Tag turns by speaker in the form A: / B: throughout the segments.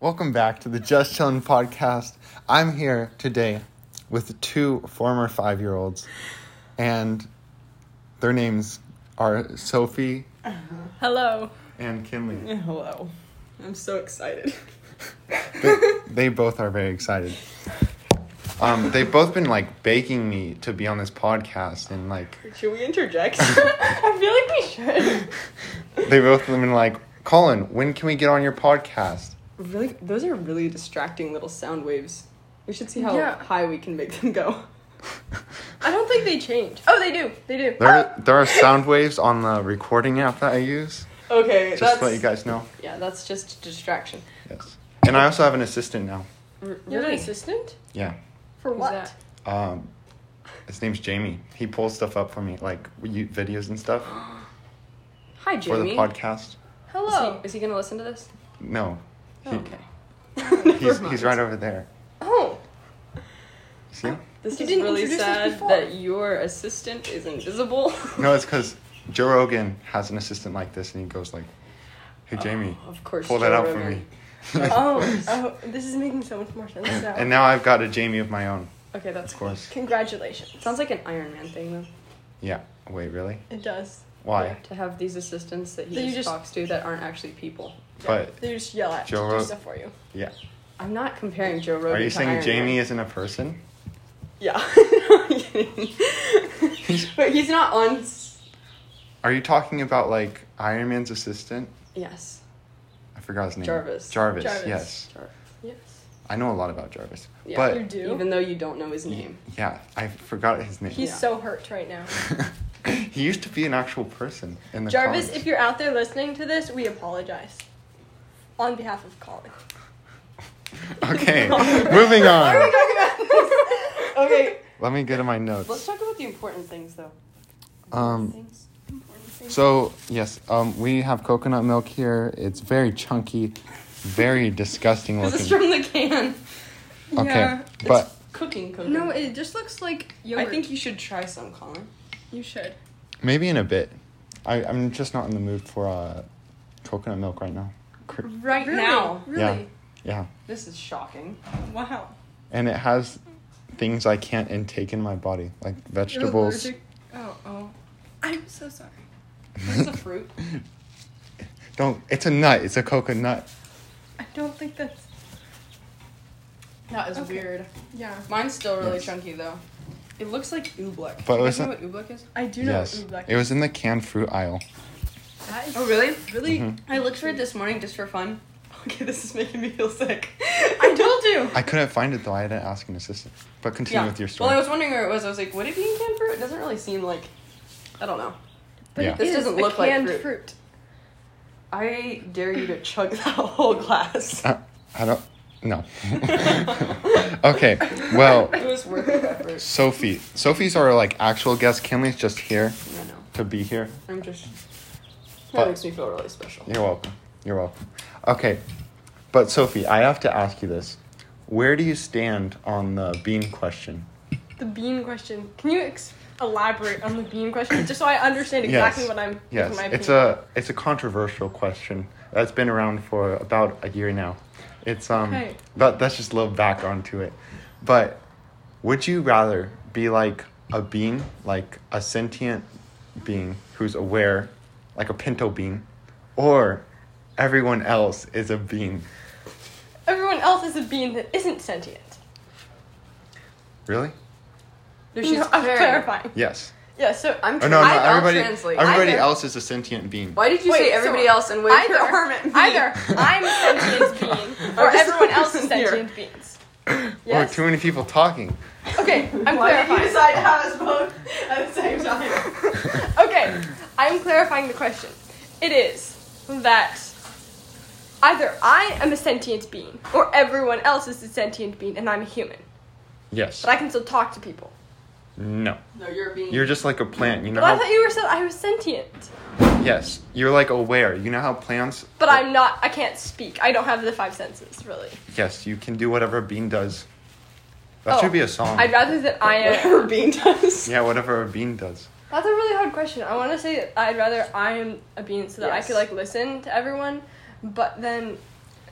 A: Welcome back to the Just Chillin' podcast. I'm here today with two former five year olds, and their names are Sophie
B: Hello.
A: and Kinley.
B: Hello. I'm so excited.
A: They, they both are very excited. Um, they've both been like begging me to be on this podcast, and like
B: Should we interject? I feel like we should.
A: they both have been like, Colin, when can we get on your podcast?
C: Really, those are really distracting little sound waves. We should see how
B: Yeah.
C: high we can make them go.
B: I don't think they change. Oh, they do. They do.
A: There, there are sound waves on the recording app that I use.
B: Oh,
C: Okay,
A: Just
C: that's
A: to let you guys know.
C: yeah, that's just distraction.
A: Yes. And I also have an assistant now.
C: R-
B: You're an
C: really?
B: assistant?
A: Yeah.
B: For
C: Who's
B: what?
C: that?
A: Um, his name's Jamie. He pulls stuff up for me, like you- videos and stuff
C: Hi,
A: for the
C: Jamie.
A: podcast.
B: Hello.
C: Is he, is he gonna listen to this?
A: No, he,
C: Oh, okay.
A: he's
C: Never mind.
A: he's right over there.
B: oh.
A: See? him?
C: This
B: You
C: is
B: didn't
C: really
B: introduce us
C: sad
B: before.
C: that your assistant is invisible.
A: No, it's because Joe Rogan has an assistant like this, and he goes like, "Hey, Jamie,
C: Oh, of course.
A: pull that
C: Joe
A: out for
C: Rogan.
A: me."
B: Oh. Oh. This is making so much more sense now.
A: and now I've got a Jamie of my own,
C: Okay, that's
A: of course.
B: Congratulations.
C: sounds like an Iron Man thing though.
A: Yeah. Wait, really?
B: it does.
A: Why?
C: To have these assistants that he
B: That you
C: just,
B: just-
C: talks to that aren't actually people.
A: But
B: They just yell at
A: Joe
B: you to
A: Ro-
B: do stuff for you.
A: yeah.
C: I'm not comparing Joe Rogan.
A: Are you
C: to Iron
A: saying
C: Man.
A: Jamie isn't a person?
C: Yeah. I'm kidding. but he's not on. s-
A: Are you talking about like Iron Man's assistant?
C: Yes.
A: I forgot his name.
C: Jarvis.
A: Jarvis.
B: Jarvis.
A: Yes.
C: Jarvis.
B: Yes.
A: I know a lot about Jarvis,
C: Yeah.
A: but
B: You do.
C: Even though you don't know his name.
A: Yeah, I forgot his name.
B: He's
C: Yeah.
B: so hurt right now.
A: he used to be an actual person in the
B: Jarvis,
A: college.
B: if you're out there listening to this, we apologize. On behalf of Colin.
A: okay, moving on.
C: Okay.
A: Let me get in my
C: Let's
A: notes.
C: talk about the important things, though.
A: Um,
C: Things.
A: so yes, um, we have coconut milk here. It's very chunky, very disgusting
C: This is
A: looking.
C: from the can.
A: Okay,
B: Yeah.
A: but
C: Cooking, cooking.
B: No, it just looks like
C: I
B: yogurt.
C: think you should try some, Colin.
B: you should.
A: maybe in a bit. I, I'm just not in the mood for uh, coconut milk right now. Cr-
C: Right now.
A: Yeah,
B: Really?
A: yeah,
C: This is shocking.
B: Wow.
A: and it has things I can't intake in my body, like
B: You're
A: vegetables.
B: allergic- Oh, oh. I'm so sorry.
C: Where's the fruit?
A: Don't. It's a nut. It's a coconut.
B: I don't think that's.
C: That is
B: Okay.
C: weird.
B: Yeah.
C: Mine's still really
A: Yes.
C: chunky, though. It looks like oobleck.
A: But
C: you
A: was
C: guys know
A: it-
C: what oobleck is?
B: I do know
A: Yes,
B: what
A: it was in the canned fruit aisle.
B: That is
C: Oh, really?
B: really.
A: Mm-hmm.
C: I looked for it this morning just for fun. Okay, this is making me feel sick.
B: I told you.
A: I couldn't find it though. I had to ask an assistant. But continue
C: yeah.
A: with your story.
C: Well, I was wondering where it was. I was like, would it be in canned fruit? It doesn't really seem like. I don't know.
B: But
A: Yeah.
B: it
C: This
B: is
C: doesn't
B: a
C: look like
B: canned
C: fruit.
B: fruit.
C: I dare you to chug that whole glass.
A: Uh, I don't. No. okay. Well,
C: It was worth the effort.
A: Sophie. Sophie's our like actual guest. Kinley's just here
C: I know.
A: to be here.
C: I'm just. That
A: But-
C: makes me feel really special.
A: You're welcome. You're welcome. Okay. But Sophie, I have to ask you this. Where do you stand on the bean question?
B: The bean question. Can you ex- elaborate on the bean question just so I understand
A: Yes.
B: exactly what I'm.
A: Yes,
B: My
A: it's
B: opinion.
A: a it's a controversial question that's been around for about a year now. It's um,
B: Okay.
A: but that's just a little background to it. But would you rather be like a bean, like a sentient being who's aware, like a pinto bean, or everyone else is a bean?
B: Everyone else is a bean that isn't sentient.
A: Really?
C: No,
B: No, I'm clarifying.
A: Yes.
B: Yeah. So
C: I'm
A: Oh no, no
C: I'll
A: everybody,
C: translate.
A: everybody
B: Either.
A: else is a sentient bean.
C: Why did you
B: Wait,
C: say
B: so
C: everybody else and wave
B: either,
C: your arm at me?
B: either I'm sentient bean, or
C: I'm just
B: everyone else is
C: the person
B: sentient beans.
A: Or
B: Yes.
A: too many people talking.
B: Okay, I'm
C: Why did you
B: clarifying.
C: decide to have us both at the same time?
B: Okay, I'm clarifying the question. It is that either I am a sentient being, or everyone else is a sentient being, and I'm a human.
A: Yes.
B: But I can still talk to people.
A: No.
C: No, you're being.
A: You're just like a plant. You know.
B: But I
A: how-
B: thought you were so I was sentient.
A: Yes, you're like aware. You know how plants.
B: But I'm not. I can't speak. I don't have the five senses, really.
A: Yes, you can do whatever a bean does. That
B: Oh.
A: should be a song.
B: I'd rather that I am.
C: Whatever being does.
A: yeah, whatever a bean does.
B: That's a really hard question. I want to say that I'd rather I am a bean so that I
C: Yes.
B: could like listen to everyone, but then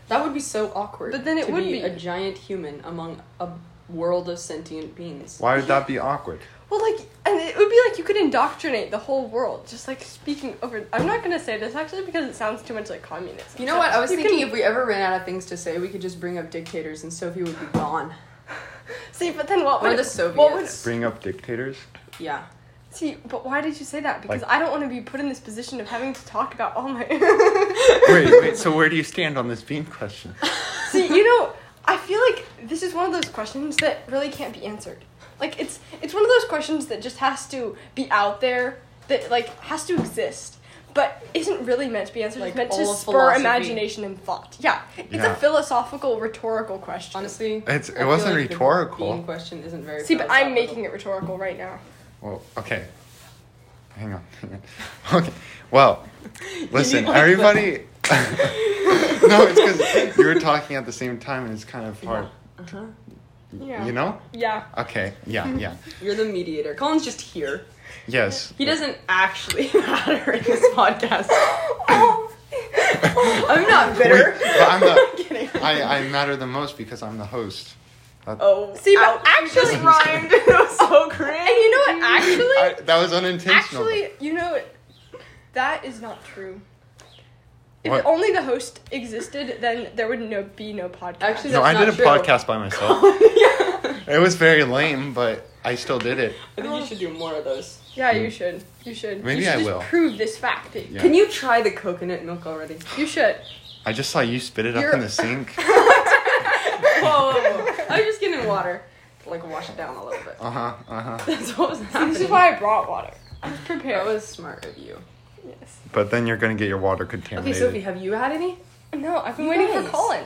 C: That would be so awkward.
B: But then it
C: to
B: would
C: be
B: be.
C: a giant human among a world of sentient beings.
A: Why would that be awkward?
B: Well, like, and it would be like you could indoctrinate the whole world, just like speaking over. I'm not gonna say this actually because it sounds too much like communism.
C: You know
B: So
C: what? I was
B: you
C: thinking
B: can-
C: if we ever ran out of things to say, we could just bring up dictators and Sophie would be gone.
B: see, but then what?
C: Or
B: would-
C: the
B: What would,
C: Soviets.
A: Bring up dictators?
C: Yeah.
B: see, but why did you say that? Because
A: Like-
B: I don't want to be put in this position of having to talk about all my.
A: Wait, wait, so where do you stand on this bean question?
B: see, you know, I feel like this is one of those questions that really can't be answered. Like it's it's one of those questions that just has to be out there, that like has to exist, but isn't really meant to be answered.
C: Like
B: it's meant to
C: all
B: spur
C: philosophy.
B: imagination and thought. Yeah, it's
A: Yeah.
B: a philosophical, rhetorical question.
C: Honestly,
A: It's- it
C: I feel
A: wasn't
C: like the
A: rhetorical.
C: bean question isn't very.
B: See, but I'm making
C: it.
B: it rhetorical right now.
A: Well, okay. Hang on. Hang on. Okay. Well, listen,
C: like the-
A: everybody. no, it's because you were talking at the same time and it's kind of hard.
C: Uh-huh.
B: Yeah.
A: You know?
B: Yeah.
A: Okay. Yeah, yeah.
C: You're the mediator. Colin's just here.
A: Yes.
C: He doesn't actually matter in this podcast.
B: oh,
C: I'm not bitter.
A: Wait, but I'm the-
C: kidding.
A: I, I matter the most because I'm the host. That,
C: Oh,
B: See, but
C: ouch.
B: actually-
C: Just rhymed. It was so cringe.
B: and you know what? Actually,
A: I, that was unintentional.
B: actually, you know what? That is not true. If
A: What?
B: only the host existed, then there would no be no podcast.
C: Actually,
A: no, I
C: that's
A: did a
C: not true.
A: podcast by myself.
C: yeah.
A: it was very lame, but I still did it.
C: I think you should do more of those.
B: yeah, you should. You should.
A: Maybe
B: you should
A: I
B: just
A: will.
B: Prove this fact. That
A: Yeah.
C: Can you try the coconut milk already?
B: You should.
A: I just saw you spit it up
B: You're-
A: in the sink.
C: whoa, whoa, whoa. I was just getting water to like wash it down a little bit.
A: Uh huh. Uh huh.
C: That's what was happening.
B: This is why I brought water. I was
C: that
B: prepared.
C: was smart of you.
B: yes.
A: But then you're gonna get your water
C: Okay,
A: contaminated.
C: Sophie, have you had any?
B: No, I've been
C: You
B: waiting
C: guys.
B: for Colin.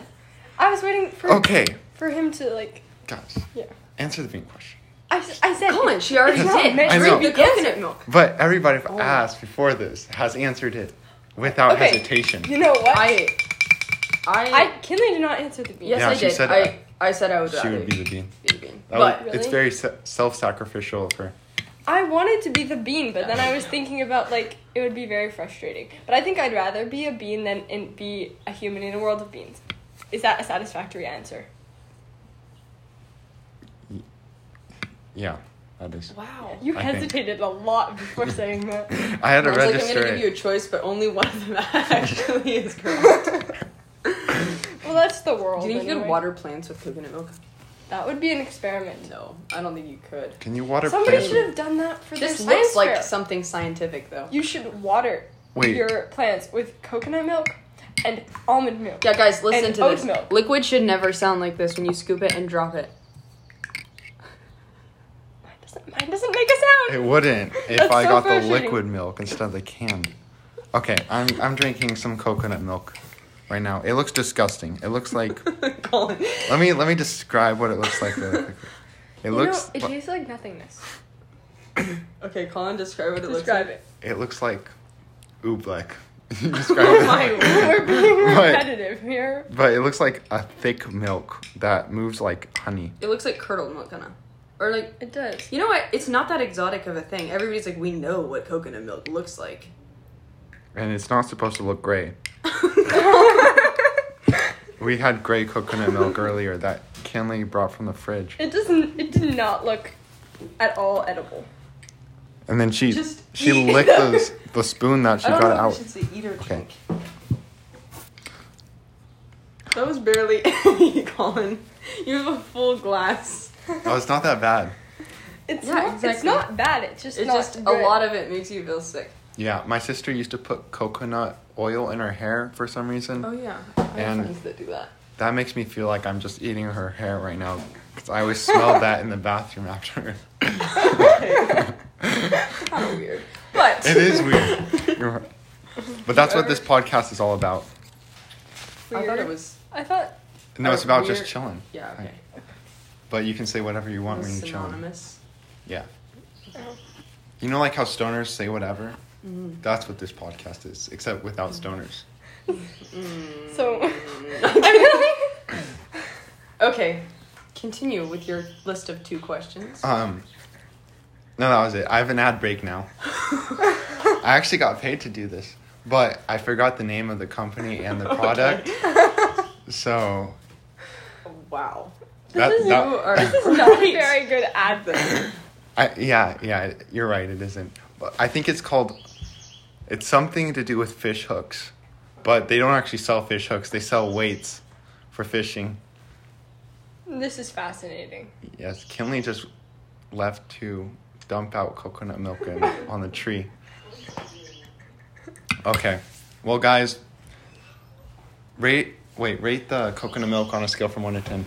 B: I was waiting for
A: Okay,
B: for him to like.
A: guys,
B: Yeah.
A: answer the bean question.
B: I, s- I said.
C: Colin, she already
B: It's not
C: did.
B: meant
A: to
C: Drink
A: be
C: the coconut milk.
A: But everybody I've
C: Oh.
A: asked before this has answered it without
B: Okay.
A: hesitation.
B: You know what?
C: I, I,
B: I Kinley did not answer the bean.
C: yes,
A: Yeah,
C: I
A: she
C: did.
A: said
C: I, I said I would
A: she
C: rather
A: would be the bean.
C: be the bean.
A: That
C: but
A: would-
B: Really?
A: It's very se- self-sacrificial of her.
B: I wanted to be the bean, but then I was thinking about like it would be very frustrating. But I think I'd rather be a bean than in, be a human in a world of beans. Is that a satisfactory answer?
A: Yeah, that is.
C: wow.
B: You
A: I think-
B: hesitated a lot before saying that.
A: I had to
C: I was like, I'm
A: register
C: gonna give you a
A: it.
C: choice, but only one of them actually is correct.
B: Well, that's the world.
C: Do you think you could
B: anyway.
C: water plants with coconut milk?
B: That would be an experiment.
C: No, I don't think you could.
A: Can you water
B: Somebody
A: plants?
B: should have done that for
C: This
B: their
C: looks
B: science
C: like
B: fair.
C: something scientific, though.
B: You should water
A: Wait.
B: your plants with coconut milk and almond milk.
C: Yeah, guys, listen
B: And
C: to
B: oat
C: this.
B: milk.
C: Liquid should never sound like this when you scoop it and drop it.
B: Mine doesn't. Mine doesn't make a
A: It
B: sound.
A: wouldn't if
B: That's
A: I
B: so
A: got the
B: frustrating.
A: liquid milk instead of the canned. Okay, I'm I'm drinking some coconut milk right now. It looks disgusting. It looks like
C: Colin.
A: let me let me describe what it looks like. really quickly. It
B: You
A: looks
B: know, it
A: li-
B: tastes like nothingness.
C: Okay, Colin, describe what it
B: Describe
C: looks
B: it.
A: it looks like oobleck.
C: Oh
A: describe it.
C: my
B: We're being
A: Right.
B: repetitive here.
A: But it looks like a thick milk that moves like honey.
C: like. It looks like curdled milk, kinda. Or like,
B: It does.
C: you know what? It's not that exotic of a thing. Everybody's like, we know what coconut milk looks like.
A: And it's not supposed to look gray. We had gray coconut milk earlier that Kenley brought from the fridge.
B: It doesn't. It did not look at all edible.
A: And then she
C: Just
A: she
C: eat.
A: licked the, s- the spoon that she
B: Oh,
C: I don't
A: got
C: know if
A: out.
C: we should say eat or
A: Okay.
C: drink. That was barely any, Colin. You have a full glass.
A: Oh, it's not that bad.
B: It's
C: Yeah,
B: not. It's
C: exactly.
B: not bad. It's just.
C: It's
B: not
C: just a
B: good.
C: lot of it makes you feel sick.
A: Yeah, my sister used to put coconut oil in her hair for some reason.
C: Oh yeah, I have
A: And-
C: friends that do that.
A: That makes me feel like I'm just eating her hair right now because I always smelled that in the bathroom after.
C: kind of weird, but
A: It is weird. You're right. But that's what this podcast is all about.
C: I thought
B: Weird.
C: it was
B: I thought.
A: No,
C: Or
A: it's about
C: weird-
A: just chilling.
C: yeah okay.
A: But you can say whatever you
C: It
A: want
C: was
A: when you're chilling.
C: synonymous.
A: Yeah.
B: oh,
A: You know, like how stoners say whatever? That's what this podcast is, except without stoners.
C: Mm,
B: So. I really.
C: Okay, continue with your list of two questions.
A: Um, no, that was it. I have an ad break now.
C: mm.
A: I actually got paid to do this, but I forgot the name of the company and the product. So
C: Wow.
A: That-
B: this is,
A: that-
C: you are
A: This
B: this is not a very good ad
C: Advent.
A: I, yeah, yeah, you're right. It isn't. But I think it's called. It's something to do with fish hooks, but they don't actually sell fish hooks. They sell weights for fishing.
B: This is fascinating.
A: Yes, Kinley just left to dump out coconut milk in, on the tree. Okay, well, guys, rate wait rate the coconut milk on a scale from one to ten.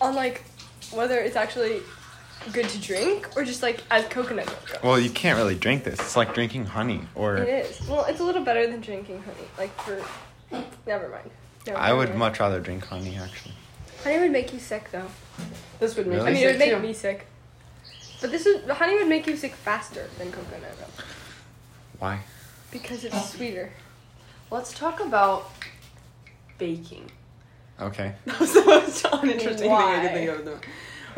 B: On like whether it's actually good to drink or just like as coconut milk. goes.
A: Well, you can't really drink this. It's like drinking honey, or
B: It is. Well, it's a little better than drinking honey. Like for never mind. Never
A: I would
B: mind.
A: much rather drink honey actually.
B: honey would make you sick though.
C: This would make
A: Really?
B: I mean, it would
C: sick,
B: make
C: too.
B: me sick. But this is honey would make you sick faster than coconut milk
A: Why?
B: because it's sweeter.
C: Let's talk about baking.
A: Okay.
C: That was the most uninteresting thing I
B: Why?
C: could think of. at the moment.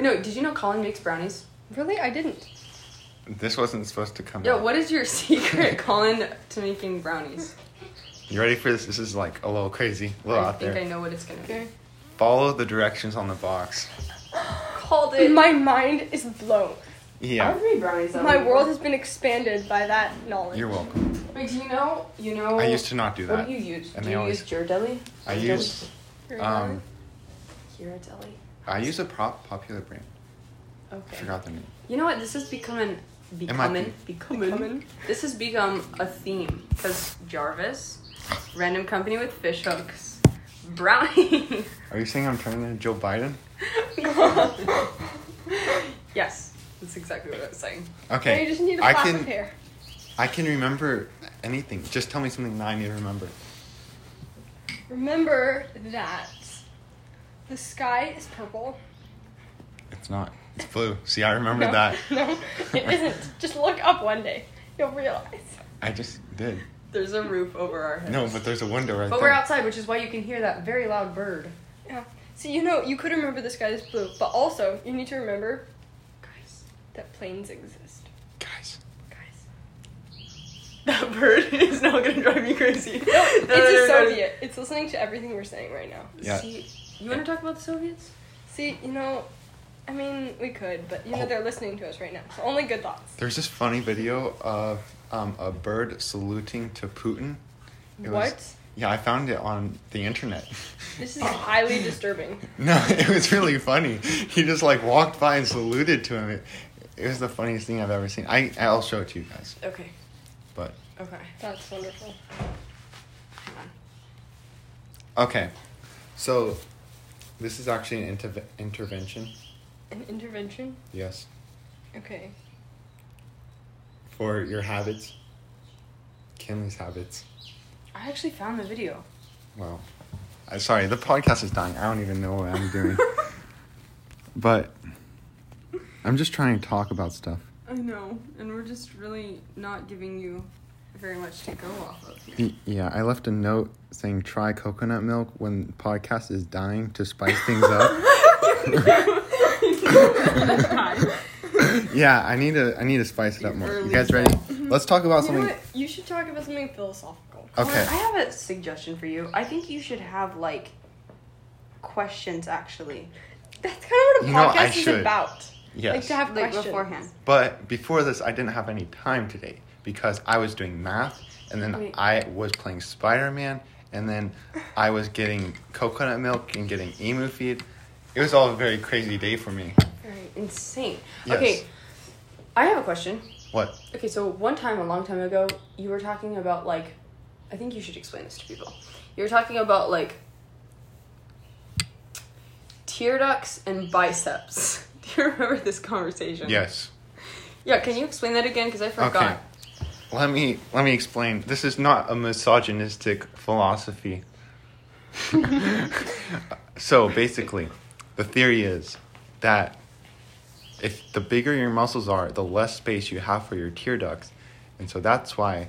C: No, did you know Colin makes brownies?
B: Really, I didn't.
A: This wasn't supposed to come
C: Yeah,
A: out.
C: what is your secret, Colin, to making brownies?
A: You ready for this? This is like a little crazy, a little
C: I
A: out
C: think
A: there.
C: I know what it's gonna be.
B: Okay.
A: Follow the directions on the box.
C: Called
B: My mind is blown.
A: Yeah,
C: made brownies.
B: My world has been expanded by that knowledge.
A: you're welcome.
C: Wait, do you know? You know.
A: I used to not do
C: What
A: that.
C: do you use?
A: And
C: do
A: they
C: you
A: always-
C: use Ghirardelli?
A: I use
B: You're
A: um,
C: Ghirardelli.
A: I use a prop popular brand. I
C: Okay.
A: forgot the name.
C: You know what? This is becoming becoming becoming.
B: Becoming.
C: This has become a theme because Jarvis, random company with fish hooks, brownie.
A: Are you saying I'm turning into Joe Biden? Um,
C: yes, that's exactly what I was saying.
A: Okay.
B: You just need a
A: I
B: flap
A: can
B: of hair.
A: I can remember anything. Just tell me something that I need to remember.
B: Remember that the sky is purple.
A: It's not. It's blue. See, I remember
B: no,
A: that.
B: No, it isn't. Just look up one day. You'll realize.
A: I just did.
C: There's a roof over our heads.
A: No, but there's a window right
C: But
A: there.
C: we're outside, which is why you can hear that very loud bird.
B: Yeah. So you know you could remember the sky is blue, but also you need to remember
C: Guys,
B: that planes exist.
A: Guys,
B: Guys.
C: that bird is now gonna drive me crazy.
B: It's a Soviet. It's listening to everything we're saying right now.
A: Yeah.
C: See, you wanna talk about the Soviets?
B: See, you know, I mean, we could, but you know,
A: Oh.
B: they're listening to us right now. So only good thoughts.
A: there's this funny video of um, a bird saluting to Putin. It was-
B: What?
A: Yeah, I found it on the internet.
B: This is highly disturbing.
A: No, it was really funny. He just like walked by and saluted to him. It, it was the funniest thing I've ever seen. I I'll show it to you guys.
C: Okay,
A: But
C: okay.
B: That's wonderful.
C: Hang on.
A: okay, so this is actually an interve- intervention.
B: An intervention?
A: Yes,
B: Okay.
A: for your habits. Kinley's habits.
C: I actually found the video.
A: Wow. I, sorry, the podcast is dying. I don't even know what I'm doing. but I'm just trying to talk about stuff.
C: I know, and we're just really not giving you very much to go off of.
A: Y- Yeah, I left a note saying try coconut milk when podcast is dying to spice things up. yeah, I need to I need to spice it up more. You guys ready? Let's talk about
B: You know
A: something. Uh,
B: what? You should talk about something philosophical.
A: Okay.
C: I have a suggestion for you. I think you should have like questions actually,
B: That's kind of what a
A: You know, I
B: podcast is
A: should.
B: about. Like
A: Yes.
B: to have
C: like
B: questions.
C: beforehand.
A: But before this, I didn't have any time today because I was doing math and then
C: Wait.
A: I was playing Spider Man and then I was getting coconut milk and getting emu feed. It was all a very crazy day for me.
C: Very insane.
A: Yes.
C: Okay, I have a question.
A: What?
C: Okay, so one time, a long time ago, you were talking about like, I think you should explain this to people. You were talking about like tear ducts and biceps. Do you remember this conversation?
A: Yes.
C: Yeah, can you explain that again? Because I forgot.
A: Let me let me explain. This is not a misogynistic philosophy. so basically, the theory is that if the bigger your muscles are, the less space you have for your tear ducts. And so that's why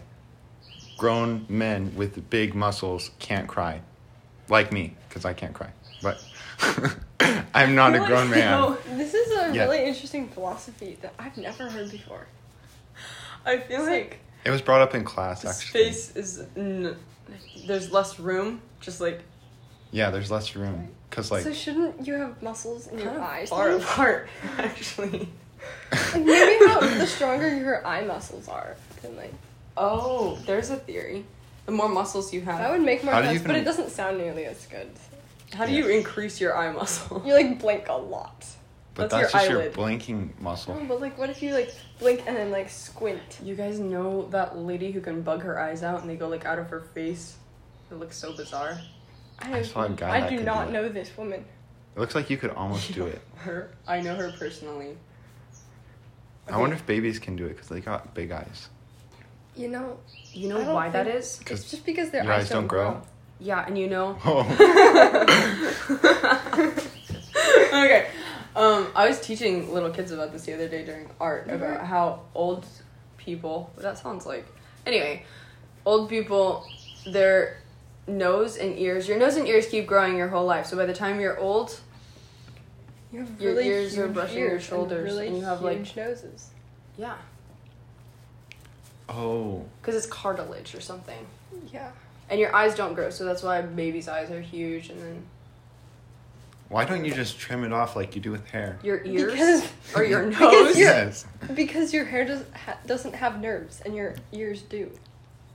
A: grown men with big muscles can't cry. Like me, because I can't cry. But I'm not a
B: Really?
A: grown man.
B: No, this is a
A: Yeah.
B: really interesting philosophy that I've never heard before.
C: I feel
B: It's
C: like
B: like-
A: It was brought up in class,
C: the
A: actually.
C: space is n- there's less room. Just like
A: Yeah, there's less room because like
B: so shouldn't you have muscles in your
C: Kind of
B: eyes?
C: far
B: then?
C: apart, actually.
B: Like maybe how the stronger your eye muscles are, then like
C: Oh, there's a theory. The more muscles you have,
B: that would make more
A: How do you
B: sense.
A: even-
B: But it doesn't sound nearly as good.
C: how do
A: Yeah.
C: you increase your eye muscle?
B: You like blink a lot.
A: but
C: that's
A: that's,
C: your
A: just your
C: eyelid.
A: blinking muscle.
B: No, but like, what if you like blink and then like squint?
C: You guys know that lady who can bug her eyes out and they go like out of her face? It looks so bizarre.
B: I, have,
A: saw a guy
B: I
A: that
B: do
A: could
B: not
A: do it.
B: know this woman.
A: It looks like you could almost do it.
C: Her, I know her personally.
A: I wonder if babies can do it because they got big eyes.
B: You know,
C: You
B: I
C: know
B: don't
C: why that
B: think-
C: is?
B: it's just because their
A: your
B: eyes,
A: eyes don't grow.
C: Yeah, and you know.
A: Oh,
C: okay. Um, I was teaching little kids about this the other day during art about how old people. What that sounds like. Anyway, old people, their nose and ears. Your nose and ears keep growing your whole life. So by the time you're old,
B: You have
C: Your
B: really
C: ears are
B: huge
C: brushing your
B: ears
C: shoulders,
B: and, really
C: and you have, like-
B: huge noses.
C: yeah,
A: oh,
C: because it's cartilage or something,
B: Yeah.
C: and your eyes don't grow. So that's why babies' eyes are huge, and then
A: why don't you just trim it off like you do with hair?
C: your ears
B: Because-
C: or your
B: because
C: nose.
B: you're-
A: Yes.
B: Because your hair does, ha- doesn't have nerves, and your ears do.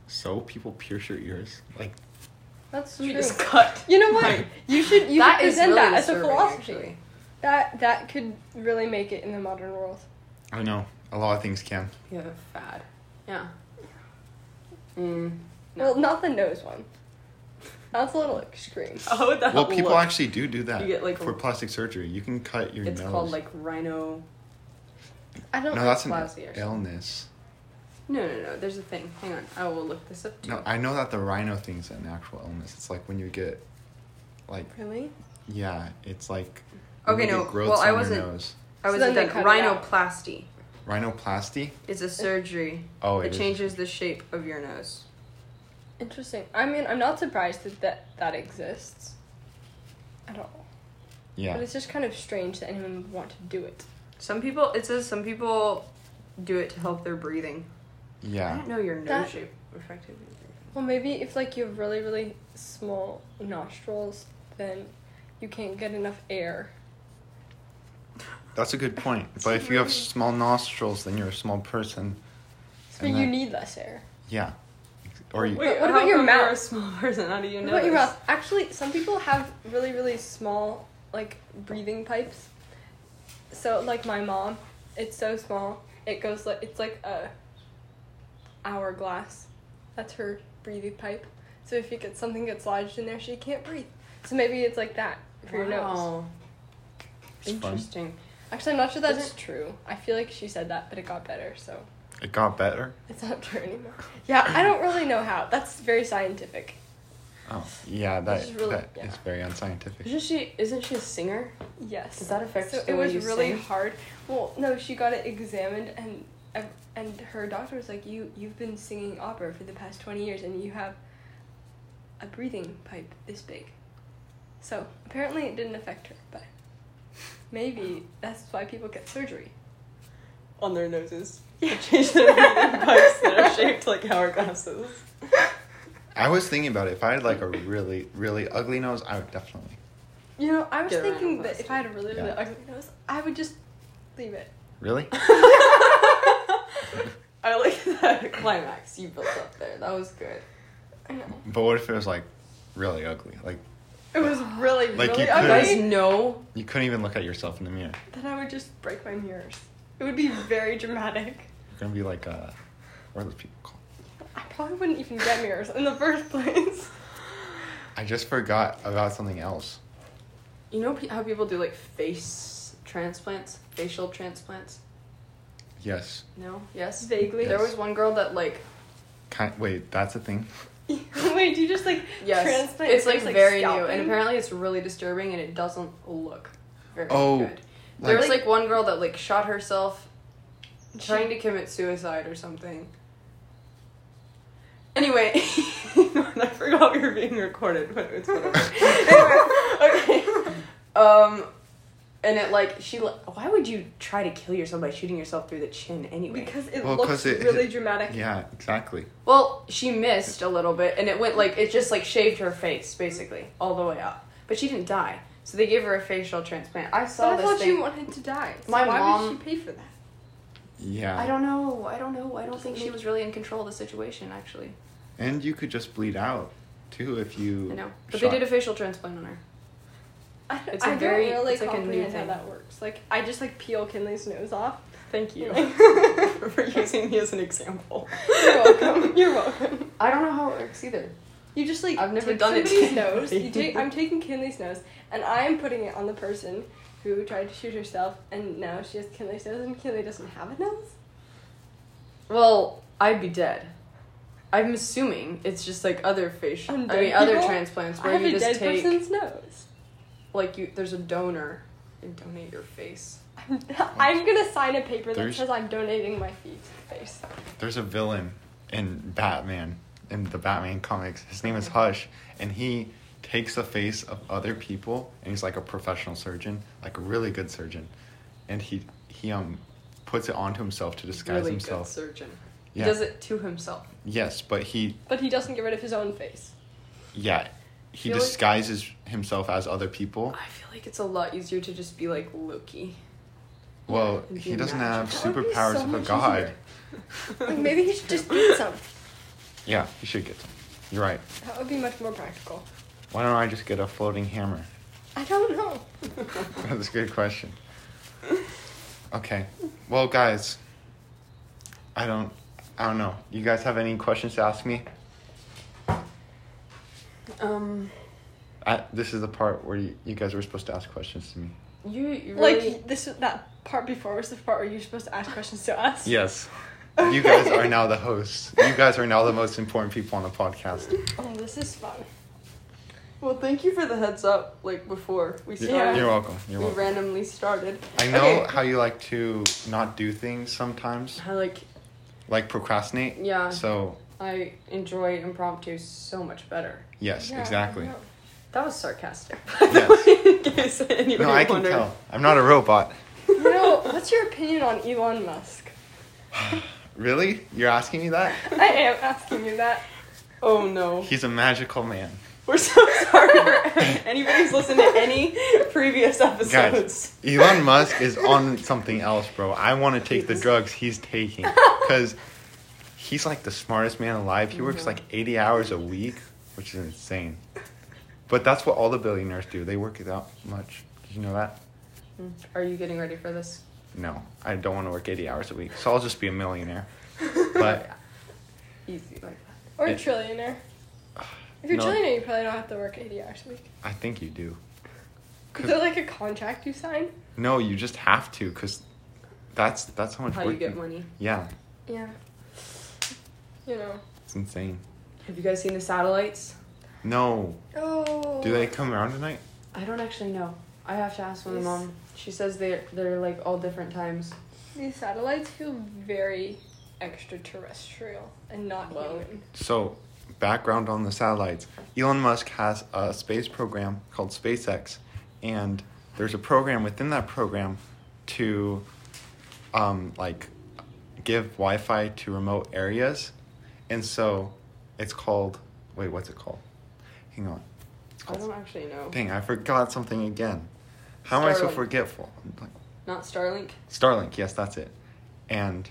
A: So people pierce your ears like
B: That's
C: You
B: true.
C: just cut.
B: You know what?
C: Like,
B: you should you
C: that
B: should
C: is
B: present
C: really
B: that as a
C: disturbing,
B: philosophy.
C: actually.
B: That that could really make it in the modern world.
A: I know a lot of things can.
C: Yeah, fad. Yeah. Mm. No.
B: Well, not the nose one. That's a little extreme.
C: Oh, that
A: Well, people
C: look.
A: actually do do that
C: You get, like,
A: for plastic surgery. You can cut your
C: It's
A: nose.
C: called like rhino.
B: I don't.
A: no, that's an
C: Plasi or something.
A: illness.
C: No, no, no. There's a thing. Hang on. I will look this up. Too.
A: No, I know that the rhino thing's an actual illness. It's like when you get, like,
B: really.
A: yeah, it's like. when
C: Okay,
A: you
C: no,
A: get growths
C: well, I
A: on your
C: wasn't-
A: nose.
C: I was
B: So then
C: like
B: they cut it out.
C: rhinoplasty.
A: Rhinoplasty.
C: It's a surgery.
A: Oh,
C: it
A: it is.
C: changes the shape of your nose.
B: Interesting. I mean, I'm not surprised that that, that exists at all.
A: Yeah.
B: But it's just kind of strange that anyone would want to do it.
C: Some people. It says some people do it to help their breathing. I
A: yeah.
C: didn't know your nose
B: That-
C: shape affected your breathing.
B: Well, maybe if like you have really really small nostrils, then you can't get enough air.
A: That's a good point. But if you have small nostrils, then you're a small person.
B: So
A: And
B: you
A: that-
B: need less air.
A: Yeah. Or you.
B: Wait, what
C: how
B: about your
C: come you're a
B: mouth?
C: small person. How do you know?
B: What about your
C: this?
B: mouth? Actually, some people have really, really small, like, breathing pipes. So, like, my mom, it's so small, it goes like, it's like a hourglass. That's her breathing pipe. So, if you get something gets lodged in there, she can't breathe. So, maybe it's like that for your nose.
C: Wow.
A: It's fun.
C: Interesting.
B: Actually, I'm not sure that's
C: Is it-
B: true. I feel like she said that, but it got better, so
A: It got better.
B: it's not true anymore. Yeah, I don't really know how. That's very scientific.
A: Oh, yeah. That
B: is
A: that is
B: really- yeah.
A: very unscientific.
C: Isn't she? Isn't she a singer?
B: Yes.
C: Does that affect
B: So
C: the
B: it
C: way
B: was
C: you
B: really
C: sing?
B: hard. Well, no, she got it examined, and ev- and her doctor was like, "You you've been singing opera for the past twenty years, and you have a breathing pipe this big." So apparently, it didn't affect her, but maybe that's why people get surgery.
C: on their noses. They change their breathing pipes that are shaped like hourglasses.
A: I was thinking about it. If I had like a really, really ugly nose, I would definitely
B: You know, I was
C: Get around
B: thinking
C: it
B: that if I had a really really
A: Yeah.
B: ugly nose, I would just leave it.
A: really.
C: I like that climax you built up there. That was good.
B: I know
A: But what if it was like really ugly? Like
B: it was really
A: Like,
B: really
A: you
C: You guys
B: ugly.
C: know
A: you couldn't even look at yourself in the mirror.
B: Then I would just break my mirrors. It would be very dramatic.
A: You're gonna be like uh, what are those people called?
B: I probably wouldn't even get mirrors in the first place.
A: I just forgot about something else.
C: you know pe- how people do like face transplants, facial transplants.
A: Yes.
C: No, yes,
B: Vaguely.
C: There was one girl that like
A: Kind. Wait, that's a thing.
B: Wait, do you just like
C: yes,
B: transplant?
C: it's
B: your
C: like,
B: face,
C: very new,
B: scalping?
C: and apparently it's really disturbing, and it doesn't look very
A: Oh,
C: good. There
A: like-
C: was like one girl that like shot herself
B: She-
C: trying to commit suicide or something. Anyway, I forgot we were being recorded, but it's whatever. anyway, okay. Um, and it like she li- why would you try to kill yourself by shooting yourself through the chin anyway?
B: because it
A: Well,
B: looks
A: 'cause it-
B: really
A: it-
B: dramatic.
A: Yeah, exactly.
C: Well, she missed a little bit, and it went like it just like shaved her face basically all the way up. but she didn't die. So they gave her a facial transplant. I
B: But
C: saw
B: I
C: this
B: thought
C: thing.
B: she wanted to die. So
C: My
B: why
C: mom-
B: would she pay for that?
A: Yeah.
C: I don't know. I don't know. I don't think she was really in control of the situation, actually.
A: and you could just bleed out too if you.
C: I know. But
A: shot-
C: they did a facial transplant on her.
B: I,
C: It's
B: I
C: a
B: don't
C: very-
B: really
C: it's like a new
B: comprehend
C: thing.
B: how that works. Like I just like peel Kinley's nose off.
C: Thank you for
B: for
C: using me as an example.
B: You're welcome. You're welcome.
C: I don't know how it works either.
B: You just like
C: I've never
B: take
C: done it to
B: somebody's nose.
C: anybody.
B: You take, I'm taking Kinley's nose and I am putting it on the person who tried to shoot herself and now she has Kinley's nose and Kinley doesn't have a nose.
C: Well, I'd be dead. I'm assuming it's just like other facial. I
B: Undead
C: mean, other
B: people?
C: transplants
B: I
C: where
B: have
C: you
B: a
C: just
B: dead
C: take
B: person's nose.
C: like you. There's a donor and donate your face.
B: I'm, I'm gonna sign a paper that
A: There's-
B: says I'm donating my feet face.
A: There's a villain in Batman in the Batman comics. His name is Hush, and he takes the face of other people, and he's like a professional surgeon, like a really good surgeon, and he he um puts it onto himself to disguise
C: really good
A: himself.
C: surgeon.
A: Yeah.
C: He does it to himself.
A: Yes, but he
B: But he doesn't get rid of his own face.
A: yeah he
C: Feel like-
A: disguises himself as other people.
C: I feel like it's a lot easier to just be like Loki.
A: Well,
C: Yeah,
A: he doesn't have
C: imagine.
B: That would be
A: superpowers
B: so
A: of a
B: much
A: god.
B: easier. Like maybe he should just eat some.
A: Yeah, he should get. Them. You're right.
B: That would be much more practical.
A: Why don't I just get a floating hammer?
B: I don't know.
A: That's a good question. Okay. Well, guys, I don't, I don't know. You guys have any questions to ask me?
C: um,
A: I, this is the part where you, you guys were supposed to ask questions to me.
C: you, you really
B: Like this that part before was the part where you're supposed to ask questions to us.
A: Yes. You guys are now the hosts. You guys are now the most important people on the podcast.
B: Oh, this is fun.
C: Well, thank you for the heads up. Like before we
A: You're,
C: started,
A: you're welcome. You're
C: we
A: welcome.
C: randomly started.
A: I know
C: Okay.
A: how you like to not do things sometimes,
C: I like
A: like procrastinate.
C: Yeah.
A: So,
C: I enjoy impromptu so much better.
A: yes,
B: Yeah, I
A: exactly.
B: know.
C: That was sarcastic.
A: Yes.
C: In case anybody
A: No, I can
C: wondered.
A: tell. I'm not a robot.
B: You know, what's your opinion on Elon Musk?
A: Really? You're asking me that?
B: I am asking you that.
C: Oh no.
A: He's a magical man.
C: We're so sorry for anybody who's listened to any previous episodes.
A: Guys, Elon Musk is on something else, bro. I want to take the drugs he's taking because he's like the smartest man alive. He works like 80 hours a week, which is insane. But that's what all the billionaires do. They work that much. Did you know that?
C: Mm. Are you getting ready for this?
A: No, I don't want to work 80 hours a week. So I'll just be a millionaire. But
C: Easy like that.
B: Or a
A: It-
B: trillionaire. If you're
A: No.
B: a trillionaire, you probably don't have to work 80 hours a week.
A: I think you do.
B: Is there like a contract you sign?
A: No, you just have to because that's, that's how much
C: How
A: work
C: you get money.
A: Yeah,
B: Yeah. You know.
A: it's insane.
C: Have you guys seen the satellites?
A: No.
B: Oh.
A: Do they come around tonight?
C: I don't actually know. I have to ask my
B: Yes.
C: mom. She says they're they're like all different times.
B: These satellites feel very extraterrestrial and not
C: Well,
B: human.
A: So, background on the satellites. Elon Musk has a space program called SpaceX, and there's a program within that program to, um, like, give Wi-Fi to remote areas, and so it's called. Wait, what's it called? Hang on. It's
C: I don't
A: called.
C: actually know.
A: Oh. Dang, I forgot something again. How am I so
C: Starlink.
A: forgetful? I'm like-
C: Not Starlink.
A: Starlink, yes, that's it. And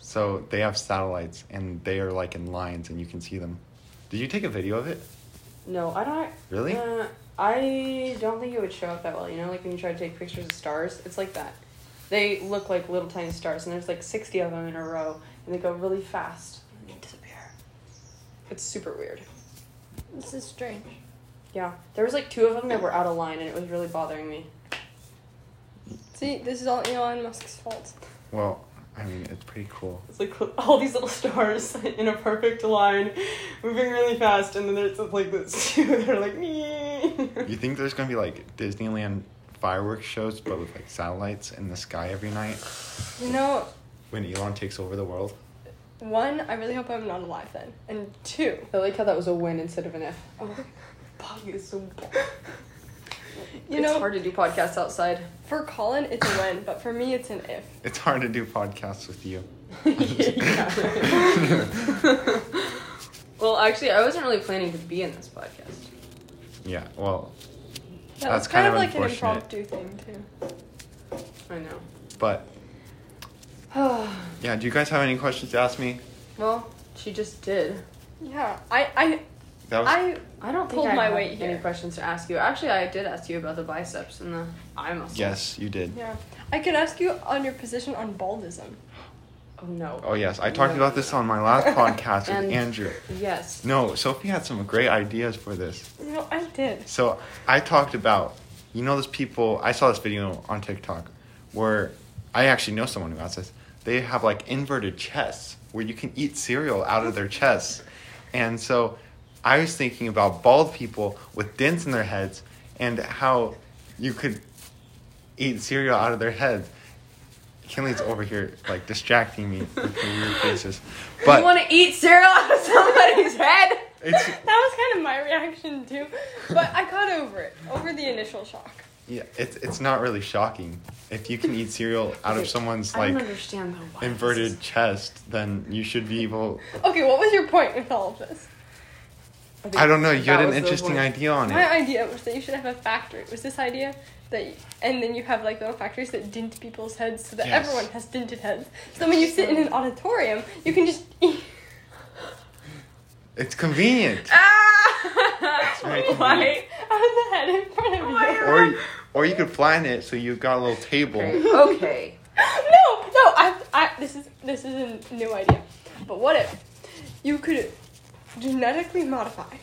A: so they have satellites and they are like in lines and you can see them. Did you take a video of it?
C: No, I don't.
A: Really?
C: Uh, I don't think it would show up that well. You know, like when you try to take pictures of stars, it's like that. They look like little tiny stars, and there's like 60 of them in a row, and they go really fast and they disappear. It's super weird.
B: This is strange.
C: Yeah, there was like two of them that were out of line, and it was really bothering me.
B: See, this is all Elon Musk's fault.
A: Well, I mean, it's pretty cool.
C: It's like all these little stars in a perfect line, moving really fast, and then there's like those two that are like
A: You think there's gonna be like Disneyland fireworks shows but with like satellites in the sky every night
B: You know,
A: when Elon takes over the world?
B: one, I really hope I'm not alive then. And two,
C: I like how that was a win instead of an F.
B: Oh,
C: Bug is so.
B: You
C: it's
B: know-
C: hard to do podcasts outside.
B: for Colin, it's a when, but for me, it's an if.
A: It's hard to do podcasts with you.
C: well, actually, I wasn't really planning to be in this podcast.
A: Yeah, well,
B: That
A: That's
B: was kind,
A: kind
B: of,
A: of
B: like an
A: unfortunate.
B: impromptu thing too.
C: I know.
A: But yeah, do you guys have any questions to ask me?
C: well, she just did.
B: Yeah, I I
A: That was
B: I
C: I don't think
B: Pulled
C: I
B: my
C: have
B: weight
C: any
B: here.
C: questions to ask you. Actually, I did ask you about the biceps and the eye muscles.
A: yes, you did.
B: yeah I could ask you on your position on baldism.
C: Oh no.
A: Oh yes, I talked about this on my last podcast
C: And-
A: with Andrew.
C: Yes.
A: No, Sophie had some great ideas for this.
B: No, I did.
A: So I talked about, you know, those people. I saw this video on TikTok where I actually know someone who has this. They have like inverted chests where you can eat cereal out of their chests. And so I was thinking about bald people with dents in their heads and how you could eat cereal out of their heads. Kinley's over here like distracting me with her weird faces. But
C: you want to eat cereal out of somebody's head?
A: it's
B: That was kind of my reaction too, but I got over it over the initial shock.
A: yeah, it's it's not really shocking. If you can eat cereal out of someone's
C: I
A: like
C: don't understand though. why this
A: inverted
C: is-
A: chest, then you should be able.
B: Okay, what was your point with all of this?
C: think
A: I don't know.
C: that
A: You had an
C: was the
A: interesting
C: point.
A: idea on
B: My
A: it.
B: idea was that you should have a factory. Was this idea that, you, and then you have like little factories that dint people's heads so that
A: Yes.
B: everyone has dinted heads. So when you sit in an auditorium, you can just eat.
A: It's convenient.
C: Ah!
A: right to
C: Why?
B: out of the head in front of you.
C: Why?
A: Or or you could plan it so you've got a little table.
C: Okay.
B: No, no, I, I, this is this is a new idea. But what if you could genetically modify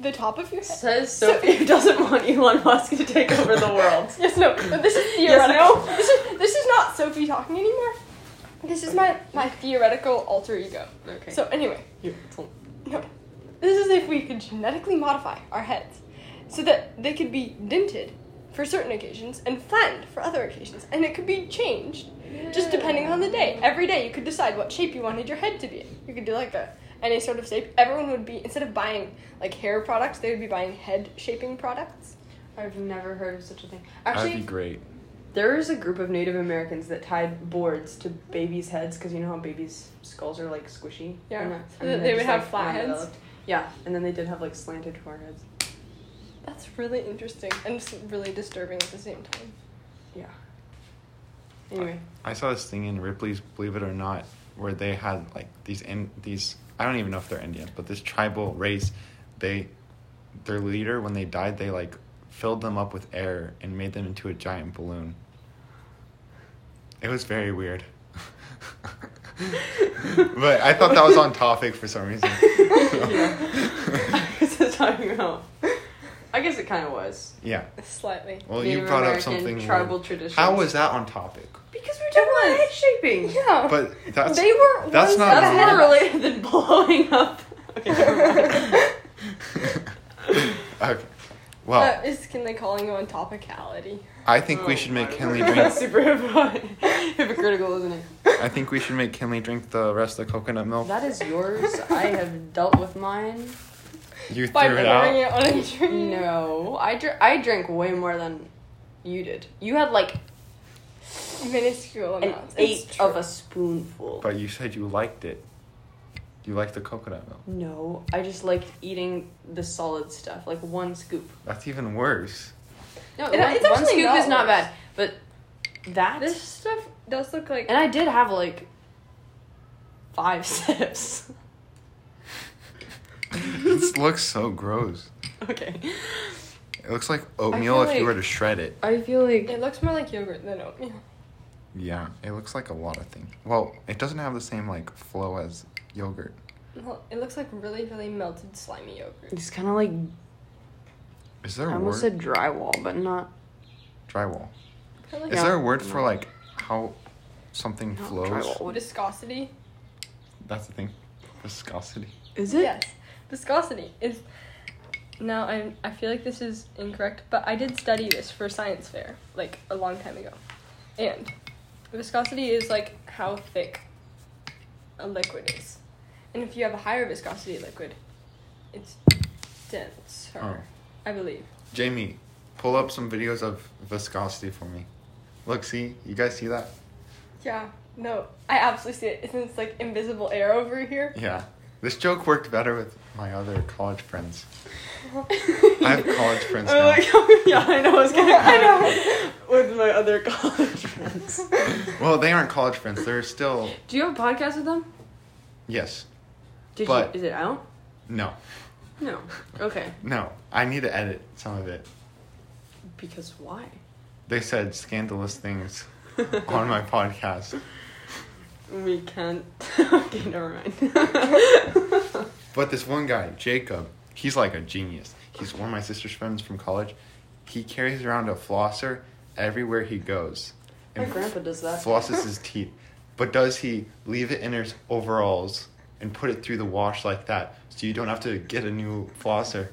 B: the top of your head?
C: Says Sophie who doesn't want Elon Musk to take over the world.
B: Yes, no, no, this is
C: Yes,
B: theoretical. this is this is not Sophie talking anymore. This is my my theoretical alter ego.
C: Okay.
B: So anyway,
C: You- so-
B: no, this is if we could genetically modify our heads so that they could be dinted for certain occasions and flattened for other occasions, and it could be changed just depending on the day. Every day you could decide what shape you wanted your head to be. in. You could do like a any sort of shape. Everyone would be instead of buying like hair products, they would be buying head shaping products.
C: I've never heard of such a thing.
A: That'd be
C: Actually,
A: great.
C: there is a group of Native Americans that tied boards to babies' heads because you know how babies' skulls are like squishy.
B: Yeah.
C: And that-
B: So
C: and
B: that
C: they're
B: they would
C: just,
B: have
C: like,
B: flat heads.
C: undeveloped. Yeah, and then they did have like slanted foreheads.
B: That's really interesting and it's really disturbing at the same time.
C: Yeah. Anyway,
A: I saw this thing in Ripley's Believe It or Not where they had like these in these I don't even know if they're Indian, but this tribal race, they their leader when they died they like filled them up with air and made them into a giant balloon. It was very weird. but I thought that was on topic for some reason.
C: I guess it's talking about. I guess it kind of was.
A: yeah.
B: Slightly.
A: Well, you
C: Native
A: brought
C: American
A: up something.
C: tribal
A: weird.
C: traditions.
A: How was that on topic?
C: Because we were talking about
B: was.
C: head shaping.
B: Yeah.
A: But that's
B: they were
A: that's
B: ones
A: not
B: that
C: That's
A: normal.
B: had
C: more
B: a-
C: related than blowing up. Okay, never mind.
A: okay. Well,
B: uh, is Kinley calling you on topicality?
A: I think we
C: Oh
A: should make
C: my
A: Kinley
C: word.
A: drink.
C: That's super hypocr- hypocritical, isn't it?
A: I think we should make Kinley drink the rest of the coconut milk.
C: That is yours. I have dealt with mine.
A: You
B: By
A: threw it
B: pouring
A: out.
B: it on a tree.
C: No, I dr- I drank way more than you did. You had like
B: Minuscule
C: an
B: amounts. Oh, It's
C: eighth
B: true.
C: of a spoonful.
A: But you said you liked it. You liked the coconut milk.
C: No, I just like eating the solid stuff, like one scoop.
A: That's even worse.
C: No,
B: It-
C: one,
B: it's
C: one
B: actually
C: scoop
B: not
C: is not
B: worse.
C: bad, but that
B: This stuff does look like.
C: and I did have like five sips.
A: it looks so gross.
C: Okay.
A: It looks like oatmeal if
C: like-
A: you were to shred it.
C: I feel like
B: It looks more like yogurt than oatmeal.
A: Yeah, it looks like a lot of things. Well, it doesn't have the same like flow as yogurt.
B: Well, It looks like really, really melted slimy yogurt.
C: it's kind of like
A: Is there
C: I
A: a
C: almost
A: word?
C: said drywall, but not
A: drywall.
B: Kinda like
A: Is
C: Yeah.
A: there a word for like how something
C: not
A: flows?
C: drywall. What is,
B: viscosity.
A: That's the thing. Viscosity.
C: is it?
B: Yes, viscosity is. Now I I feel like this is incorrect, but I did study this for science fair like a long time ago, and viscosity is like how thick a liquid is, and if you have a higher viscosity liquid, it's denser.
A: Oh.
B: I believe.
A: Jamie, pull up some videos of viscosity for me. Look, see, you guys see that?
B: Yeah. No, I absolutely see it. Isn't it's like invisible air over here?
A: Yeah. This joke worked better with my other college friends. I have college friends
C: I'm
A: now.
C: like, yeah, I know. I was gonna. I know. With my other college friends.
A: Well, they aren't college friends. They're still
C: Do you have a podcast with them?
A: yes.
C: Did
A: But-
C: you? Is it out?
A: No.
C: No. Okay.
A: No. I need to edit some of it.
C: Because why?
A: They said scandalous things on my podcast.
C: We can't. okay, never mind.
A: But this one guy, Jacob, he's like a genius. He's one of my sister's friends from college. He carries around a flosser everywhere he goes.
C: My grandpa does that.
A: Flosses his teeth. But does he leave it in his overalls and put it through the wash like that so you don't have to get a new flosser?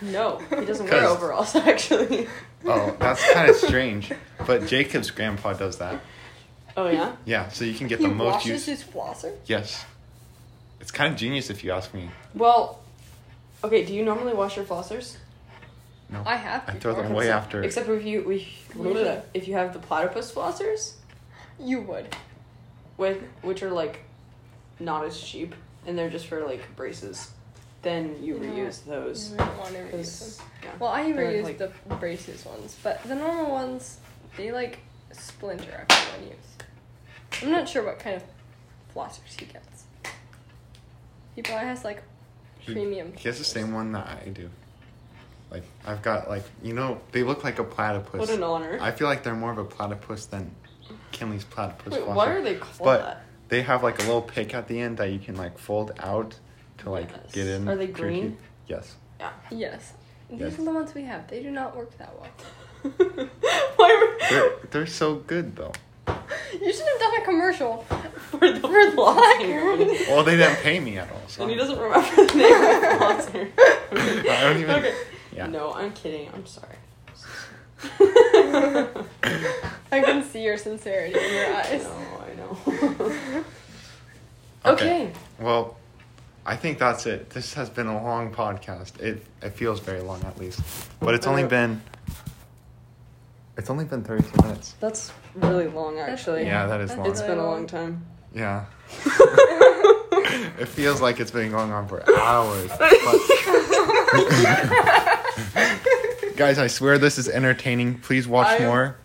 C: No, he doesn't wear
A: 'Cause-
C: overalls actually.
A: Oh, that's kind of strange. But Jacob's grandpa does that.
C: Oh yeah.
A: Yeah, so you can get
B: He
A: the most
B: washes
A: use.
B: his flosser.
A: yes. It's kind of genius if you ask me.
C: Well, okay. Do you normally wash your flossers?
A: No.
B: I have
A: I
B: to.
A: throw them away after.
C: Except for if you we,
B: Usually.
C: if you have the platypus flossers,
B: You would.
C: with which are like not as cheap and they're just for like braces, then you
B: You know
C: reuse those.
B: You wouldn't want to reuse
C: Because
B: them.
C: yeah.
B: Well, I
C: They're,
B: reuse
C: like-
B: the braces ones, but the normal ones, they like splinter after one use. I'm not sure what kind of flossers he gets. He probably has like
A: He-
B: premium.
A: He has the same one that I do. Like I've got like you know they look like a platypus.
C: what an honor.
A: I feel like they're more of a platypus than Kinley's platypus.
C: Wait,
A: flosser.
C: why are they called
A: But
C: that?
A: They have like a little pick at the end that you can like fold out to like
C: Yes.
A: get in.
C: Are they
A: to your teeth.
C: green?
A: Yes.
B: Yes. These
A: Yes.
B: are the ones we have. They do not work that well.
C: why
A: They're they're so good though.
B: You should have done a commercial.
C: were for the for
B: Black.
A: Well, they didn't pay me at all. So
C: And he doesn't remember the name of the sponsor.
A: I don't even-
C: Okay.
A: Yeah.
C: No, I'm kidding. I'm sorry.
B: I can see your sincerity in your
C: I
B: eyes.
C: know, I know.
A: Okay. Well, I think that's it. This has been a long podcast. It it feels very long at least, but it's only
C: Uh,
A: been it's only been thirty two minutes.
C: That's really long, actually.
A: Yeah, that is long.
C: It's been a long time.
A: Yeah. it feels like it's been going on for hours. but- Guys, I swear this is entertaining. Please watch
C: I-
A: more.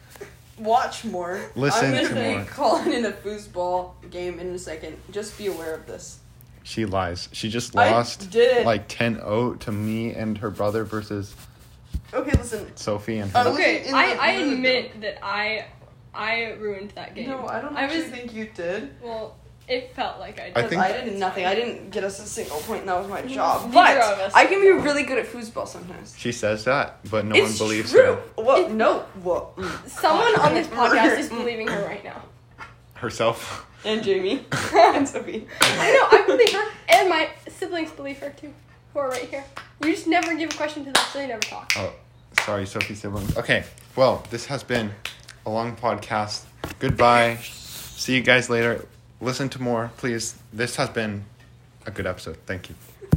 C: Watch more.
A: Listen
C: I'm
A: to
C: gonna be
A: more.
C: calling in a foosball game in a second. Just be aware of this.
A: She lies. She just
C: I
A: lost
C: didn't.
A: like 10 0 to me and her brother versus
C: Okay, listen.
A: Sophie and
C: Uh,
A: her.
B: Okay,
C: in
B: I,
C: the
B: I
C: blue, though.
B: admit that I I ruined that game.
C: No, I don't
B: I
C: actually
B: was
C: think you did.
B: well. It felt like I did.
A: I think-
C: Because I, did nothing. I didn't get us a single point. and That was my job.
B: Neither
C: But
B: of us
C: I can be really good at foosball sometimes.
A: she says that, but no
C: it's
A: one believes
C: true.
A: her.
C: Well,
B: It-
C: no. Well, mm.
B: Someone on this podcast is
C: Mm.
B: believing her right now.
A: Herself.
C: and Jamie and Sophie.
B: I know, I believe her, and my siblings believe her too, who are right here. You just never give a question to them, so they never talk.
A: Oh, sorry, Sophie siblings. Okay, well, this has been a long podcast. Goodbye. See you guys later. Listen to more, please. This has been a good episode. Thank you.